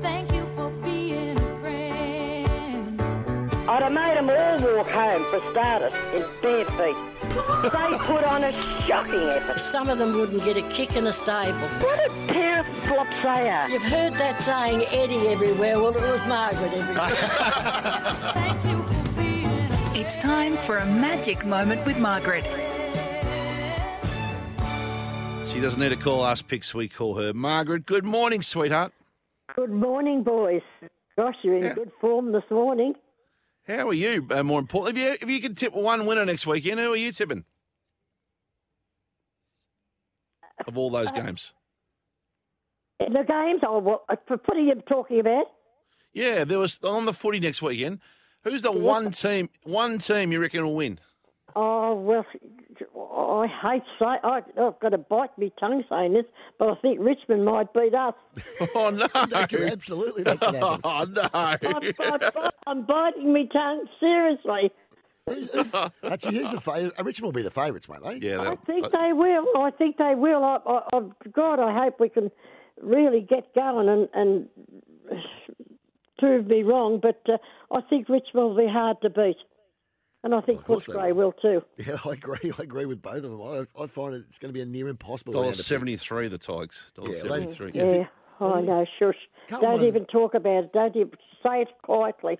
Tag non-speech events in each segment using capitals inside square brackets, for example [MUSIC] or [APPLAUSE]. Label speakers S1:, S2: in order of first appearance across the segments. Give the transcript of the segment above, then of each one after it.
S1: Thank you for being a friend.
S2: I'd have made 'em all walk home for starters in bare feet. They put on a shocking effort.
S3: Some of them wouldn't get a kick in a stable.
S2: What a pair of flops they are.
S3: You've heard that saying, Eddie everywhere. Well, it was Margaret everywhere.
S1: Thank you for being a
S4: It's time for a magic moment with Margaret.
S5: She doesn't need to call us picks, we call her Margaret. Good morning, sweetheart.
S6: Good morning, boys. Gosh, you're in
S5: Yeah.
S6: good form this morning.
S5: How are you? Uh, more importantly, if you, if you could tip one winner next weekend, who are you tipping? Of all those games.
S6: And The games, oh, what, what are you talking about?
S5: Yeah, there was on the footy next weekend. Who's
S6: [LAUGHS]
S5: the one team one team you reckon will win? [LAUGHS]
S6: Oh, well, I hate say, I, I've got to bite my tongue saying this, but I think Richmond might
S2: [LAUGHS]
S6: beat us.
S5: Oh no.
S7: absolutely. That could
S5: [LAUGHS]
S7: happen.
S5: Oh
S6: I'm,
S5: no.
S6: I'm, I'm biting my tongue, seriously.
S8: Actually, who's the fa- uh, Richmond will be the favourites, eh? won't they?
S5: Yeah,
S6: I
S5: that, uh,
S6: think they will. I think they will. I, I, I, God, I hope we can really get going and, and prove me wrong, but uh, I think Richmond will be hard to beat. And I think
S8: Of course they
S6: Footscray
S8: will.
S6: will too.
S8: Yeah, [LAUGHS] I agree. I agree with both of them. I, I find it, it's going to be a near impossible.
S5: dollar
S8: round of-
S5: seventy three the Tigers. Dollar
S8: Yeah, they-
S5: seventy three.
S8: yeah.
S6: Yeah. Oh, no, shush.
S8: Can't
S6: Don't
S8: one-
S6: even talk about it. Don't even say it quietly.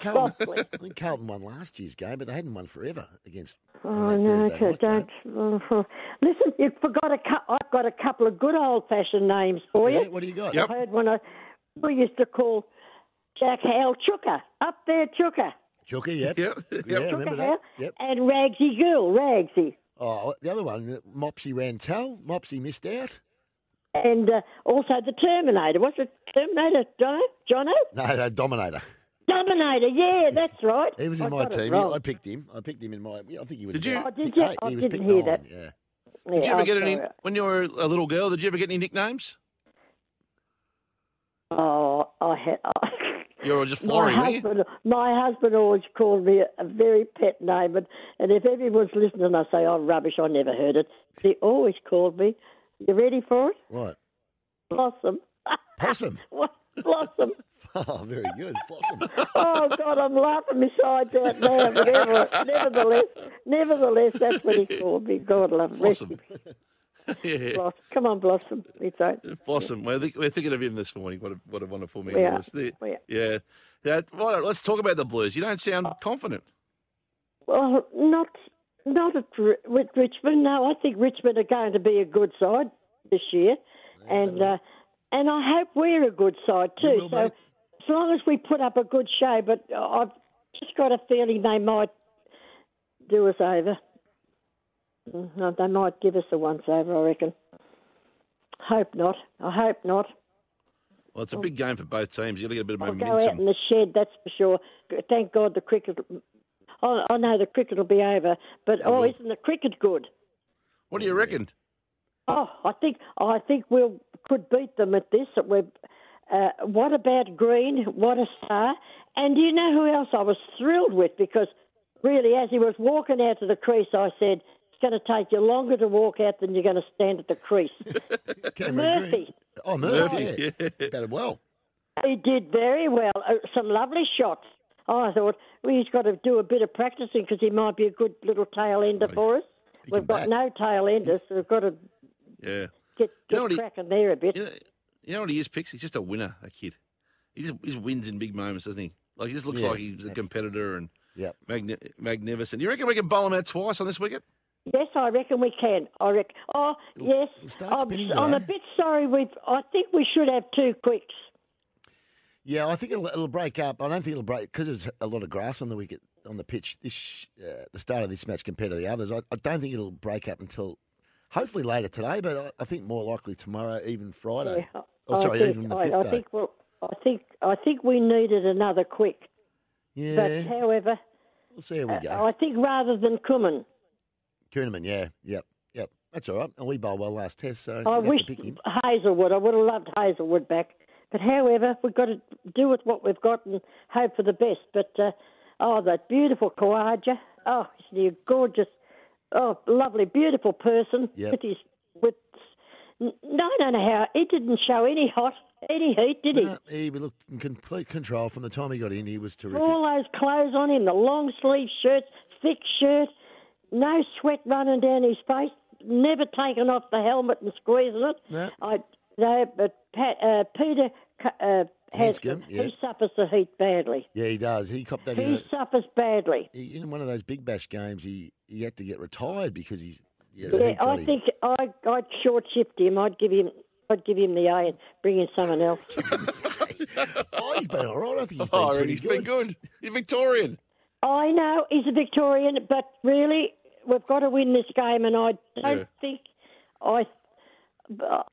S8: Carlton, [LAUGHS]
S6: Softly.
S8: I think Carlton won last year's game, but they hadn't won forever against.
S6: Oh, no,
S8: Thursday night
S6: don't. [LAUGHS]
S8: game.
S6: Listen, you forgot a cou- I've got a couple of good old fashioned names for
S8: Yeah,
S6: you.
S8: what do you got?
S5: Yep.
S6: I heard one I, we used to call Jack Hale Chooker. Up there, Chooker.
S8: Chucky, yep.
S5: [LAUGHS] Yep, yep.
S8: Yeah,
S5: Chucker
S8: remember
S6: Hale.
S8: that? Yep.
S6: And Ragsy Girl, Ragsy.
S8: Oh, the other one, Mopsy Rantel. Mopsy missed out.
S6: And uh, also the Terminator. What's the Terminator, Jono? Jono?
S8: No, no, Dominator.
S6: Dominator, yeah, that's right.
S8: He was
S6: I
S8: in my
S6: got it
S8: team.
S6: wrong.
S8: I picked him. I picked him in my. yeah, I think he was.
S5: Did you-
S8: pick
S5: Oh,
S6: did
S8: eight.
S6: you? I
S8: He was
S6: didn't
S8: picked
S6: hear
S8: nine.
S6: that.
S8: Yeah.
S5: Did you
S6: Yeah,
S5: ever
S6: I'm
S5: get any
S6: sorry.
S5: when you were a little girl, did you ever get any nicknames?
S6: Oh, I had.
S8: [LAUGHS]
S6: Oh.
S5: You were just Florrie,
S6: my
S5: weren't you?
S6: husband, my husband always called me a, a very pet name, and, and if everyone's listening, I say, "Oh, rubbish! I never heard it." He always called me. You ready for it?
S8: Right.
S6: Blossom. [LAUGHS]
S8: Possum. [LAUGHS]
S6: What? Blossom.
S8: Oh, very good. Possum.
S6: [LAUGHS] Oh God, I'm laughing my sides out now. But never, nevertheless, nevertheless, that's what he called me. God love him. Rest
S8: [LAUGHS]
S5: Blossom.
S6: in peace,
S5: [LAUGHS] yeah.
S6: Blossom. Come on, Blossom. It's all right.
S5: [LAUGHS] Blossom. We're, thi- we're thinking of him this morning. What a, what a wonderful man
S6: We
S5: he
S6: are.
S5: was. The-
S6: We are. Oh.
S5: yeah. That, why don't- let's talk about the Blues. You don't sound confident.
S6: Well, not not at, Ri- with Richmond. No, I think Richmond are going to be a good side this year, and uh, and I hope we're a good side too.
S8: will,
S6: so
S8: mate.
S6: as long as we put up a good show, but I've just got a feeling they might do us over. Mm, no, They might give us a once over, I reckon. Hope not. I hope not.
S5: Well,
S6: Oh.
S5: it's a big game for both teams. You've got to get a bit of
S6: I'll go out in
S5: momentum.
S6: the shed, that's for sure. Thank God the cricket. I I know the cricket will be over, but oh,
S5: will.
S6: isn't the cricket good?
S5: What do you reckon?
S6: Oh, I think I think we will could beat them at this. That we're, uh, what about Green? What a star! And do you know who else I was thrilled with? Because really, as he was walking out to the crease, I said, "It's going to take you longer to walk out than you're going to stand at the crease."
S8: Cameron Green.
S6: Murphy.
S8: Oh, Murphy. [LAUGHS] yeah. Batted well.
S6: he did very well. Uh, some lovely shots. Oh, I thought well, he's got to do a bit of practicing because he might be a good little tail ender
S5: Nice.
S6: for us.
S8: He
S6: We've
S8: can
S6: got
S8: bat.
S6: no tail enders, so we've got to
S5: Yeah.
S6: get,
S5: You know
S6: get
S5: what he-
S6: cracking there a bit.
S5: You know, you know what he is, Pix? He's just a winner, that kid. He just, he just wins in big moments, doesn't he? Like, he just looks
S8: Yeah.
S5: like he's a competitor and
S8: Yep.
S5: magni- magnificent. You reckon we can bowl him out twice on this wicket?
S6: Yes, I reckon we can. I reckon. Oh, yes.
S8: it'll start
S6: I'm,
S8: spinning
S6: I'm a
S8: though.
S6: bit sorry. We, I think we should have two quicks.
S8: Yeah, I think it'll, it'll break up. I don't think it'll break because there's a lot of grass on the wicket on the pitch. This uh, the start of this match compared to the others. I, I don't think it'll break up until hopefully later today, but I, I think more likely tomorrow, even Friday.
S6: Yeah,
S8: oh,
S6: I
S8: sorry,
S6: think-
S8: even the
S6: I,
S8: fifth
S6: I
S8: day.
S6: think we'll. I think I think we needed another quick. But
S8: Yeah.
S6: however,
S8: We'll see how we go.
S6: uh, I think rather than Cummins,
S8: Kuhneman, yeah. Yep. Yep. That's all right. And we bowled well last test, so
S6: I
S8: we'll have
S6: wish
S8: to pick him.
S6: Hazelwood. I would have loved Hazelwood back. But however, we've got to do with what we've got and hope for the best. But uh, oh, that beautiful Kawaja. Oh, isn't he a gorgeous, oh, lovely, beautiful person
S8: Yep.
S6: with his with. No, no, no. How he didn't show any hot, any heat, did he?
S8: No, he looked in complete control from the time he got in. He was terrific.
S6: All those clothes on him, the long sleeve shirt, thick shirt, no sweat running down his face, never taking off the helmet and squeezing it.
S8: No.
S6: I no, but Pat, uh, Peter C- uh, has
S8: Hanscom, yeah.
S6: he suffers the heat badly.
S8: Yeah, he does. He copped that in,
S6: He
S8: a,
S6: suffers badly.
S8: he- in one of those big bash games. He, he had to get retired because he's yeah. the
S6: Yeah,
S8: heat
S6: I
S8: got him.
S6: think I I'd short shift him. I'd give him I'd give him the A and bring in someone else.
S8: Oh, he's been all right. I think he's been
S5: Oh,
S8: pretty
S5: he's
S8: good.
S5: been good. He's Victorian.
S6: I know he's a Victorian, but really, we've got to win this game, and I don't
S5: Yeah.
S6: think I.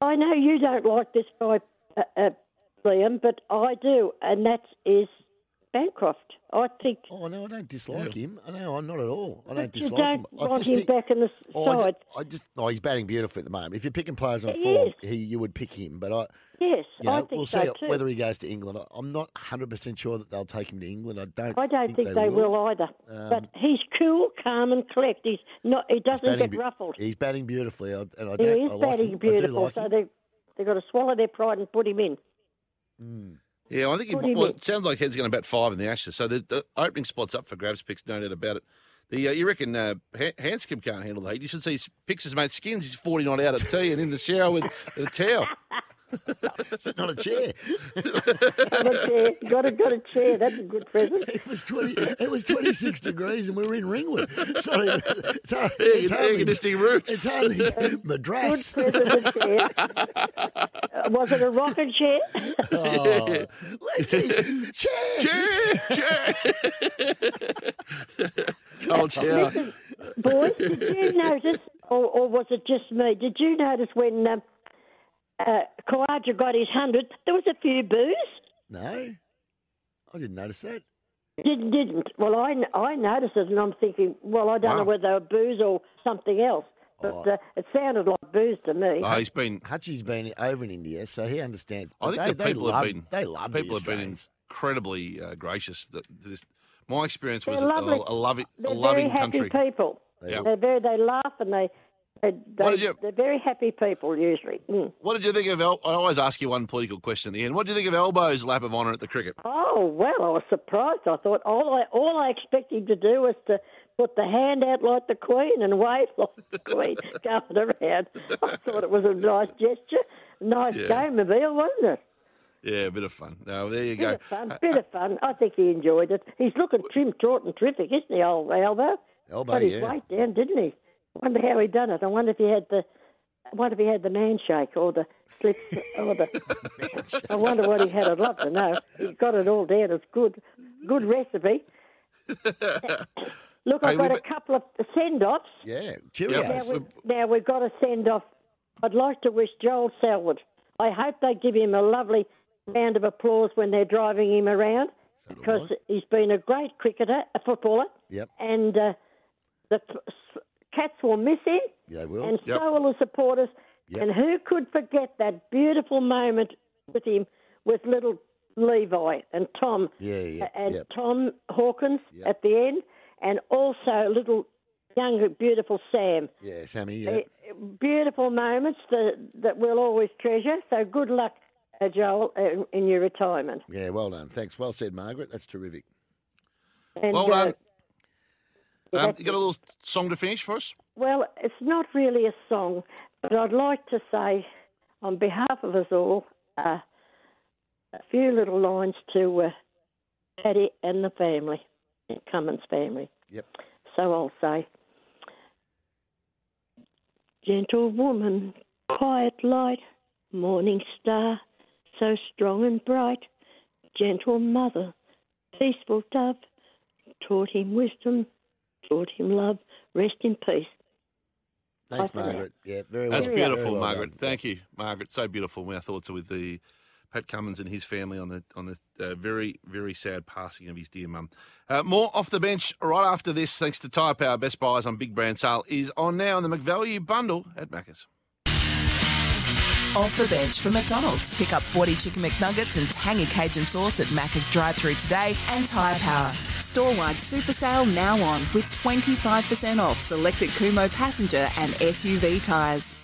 S6: I know you don't like this guy, uh, uh, Liam, but I do, and that is Bancroft. I think
S8: Oh no, I don't dislike him. I know I'm not at all. I don't
S6: but you
S8: dislike
S6: don't
S8: him. I
S6: want
S8: just
S6: him
S8: think-
S6: back in the s-
S8: Oh, I,
S6: side.
S8: just, I just oh, he's batting beautifully at the moment. If you're picking players on
S6: He
S8: form,
S6: is.
S8: he you would pick him. But I,
S6: yes,
S8: you
S6: I
S8: know,
S6: think
S8: we'll see
S6: so too.
S8: whether he goes to England. I, I'm not 100 percent sure that they'll take him to England. I don't.
S6: I don't think, they, will, either. but he's cool, calm, and collect. He's not. He doesn't
S8: Um, Batting
S6: get
S8: be-
S6: ruffled.
S8: He's batting beautifully, I- and I,
S6: He
S8: don't,
S6: is
S8: I like
S6: batting
S8: him.
S6: beautiful,
S8: I do like
S6: so
S8: him.
S6: they they've got to swallow their pride and put him in.
S5: Yeah, I think he,
S6: What do you
S5: well,
S6: mean?
S5: it sounds like Head's going to bat five in the Ashes. So the, the opening spot's up for grabs picks, no doubt about it. The, uh, you reckon uh, Ha- Hanscom can't handle the heat? You should see his picks his mate Skins. He's 40 not out at tea and in the shower with a towel.
S8: It's
S6: [LAUGHS]
S8: not a chair.
S6: got a chair. Got a, got a chair. That's a good present.
S8: It was 20. It was 26 degrees, and we were in Ringwood.
S5: [LAUGHS]
S8: So it's, hard,
S5: Air-
S8: it's
S5: air
S8: hardly
S5: conditioning roofs. [LAUGHS]
S8: It's hardly
S6: Good
S8: Madras.
S6: present, a chair. Uh, Was it a rocking chair? [LAUGHS]
S5: [LAUGHS]
S8: Oh, Lexi, chair.
S5: Chair, chair. Cold shower.
S6: Boys, did you notice, or, or was it just me? Did you notice when um, uh, Kawaja got his 100, there was a few boos?
S8: No, I didn't notice that.
S6: Didn't, didn't. Well, I, I noticed it and I'm thinking, well, I don't know
S5: Wow.
S6: whether they were boos or something else. But
S8: Oh.
S6: uh, it sounded like boos to me.
S5: Oh, he's been.
S8: Hutchie's been over in India, so he understands.
S5: I think
S8: But they,
S5: the
S8: they
S5: people
S8: love,
S5: have been.
S8: They love the
S5: people have been
S8: Australians.
S5: incredibly uh, gracious. That this, my experience was a,
S6: They're lovely.
S5: a loving, a
S6: They're
S5: loving
S6: very happy
S5: country.
S6: people.
S5: Yeah.
S6: They're very, they laugh and they, they,
S5: What
S6: they
S5: did you-
S6: they're very happy people usually. Mm.
S5: What did you think of? El- I always ask you one political question at the end. What do you think of Elbow's lap of honour at the cricket?
S6: Oh well, I was surprised. I thought all I all I expected him to do was to put the hand out like the Queen and wave like
S5: [LAUGHS]
S6: the Queen going around. I thought it was a nice gesture, nice
S5: Yeah.
S6: game of eel, wasn't it?
S5: Yeah, a bit of fun. No, there you
S6: Bit
S5: go. Uh,
S6: of fun, bit of fun. I think he enjoyed it. He's looking trim, taut, and terrific, isn't he, old Elbo?
S8: Elbow,
S6: Got his
S8: yeah.
S6: weight down, didn't he? Wonder how he done it. I wonder if he had the, I wonder if he had the man shake or the slip or
S8: [LAUGHS]
S6: the. I wonder what he had. I'd love to know. He got it all down. It's good, good recipe.
S5: [LAUGHS]
S6: Look, I've
S5: Hey, we
S6: got a
S5: be-
S6: couple of send offs.
S8: Yeah, Cheerios.
S6: Now, we, now we've got to send off. I'd like to wish Joel Selwood. I hope they give him a lovely round of applause when they're driving him around because he's been a great cricketer, a footballer,
S8: Yep,
S6: and uh, the p- s- Cats will miss him,
S8: they will.
S6: and
S5: Yep.
S6: so will the supporters.
S8: Yep.
S6: And who could forget that beautiful moment with him, with little Levi and Tom,
S8: yeah, yeah,
S6: and
S8: yep.
S6: Tom Hawkins
S8: Yep.
S6: at the end, and also little younger, beautiful Sam.
S8: yeah, Sammy. Yeah.
S6: Uh, Beautiful moments that, that we'll always treasure. So good luck, uh, Joel, uh, in your retirement.
S8: yeah, well done. Thanks. Well said, Margaret. That's terrific.
S6: And, uh,
S5: Well done.
S6: yeah,
S5: Um,
S6: that's
S5: you got a little song to finish for us?
S6: Well, it's not really a song, but I'd like to say, on behalf of us all, uh, a few little lines to uh, Daddy and the family, and Cummins' family.
S8: Yep.
S6: So I'll say, Gentlewoman, quiet light, morning star, so strong and bright, gentle mother, peaceful dove, taught him wisdom, taught him love, rest in peace.
S8: Thanks,
S6: Bye for now.
S8: Margaret. Yeah, very well.
S5: That's
S8: very
S5: beautiful,
S8: well
S5: Margaret.
S8: done.
S5: Thank you, Margaret. So beautiful. Our thoughts are with the Pat Cummins and his family on the on the uh, very very sad passing of his dear mum. Uh, more off the bench right after this, thanks to Tyre Power. Best buys on big brand sale is on now, and the McValue bundle at Macca's.
S9: Off the bench for McDonald's. Pick up 40 chicken McNuggets and tangy Cajun sauce at Macca's drive through today and Tyre Power.
S10: Storewide super sale now on with 25% off selected Kumo passenger and SUV tyres.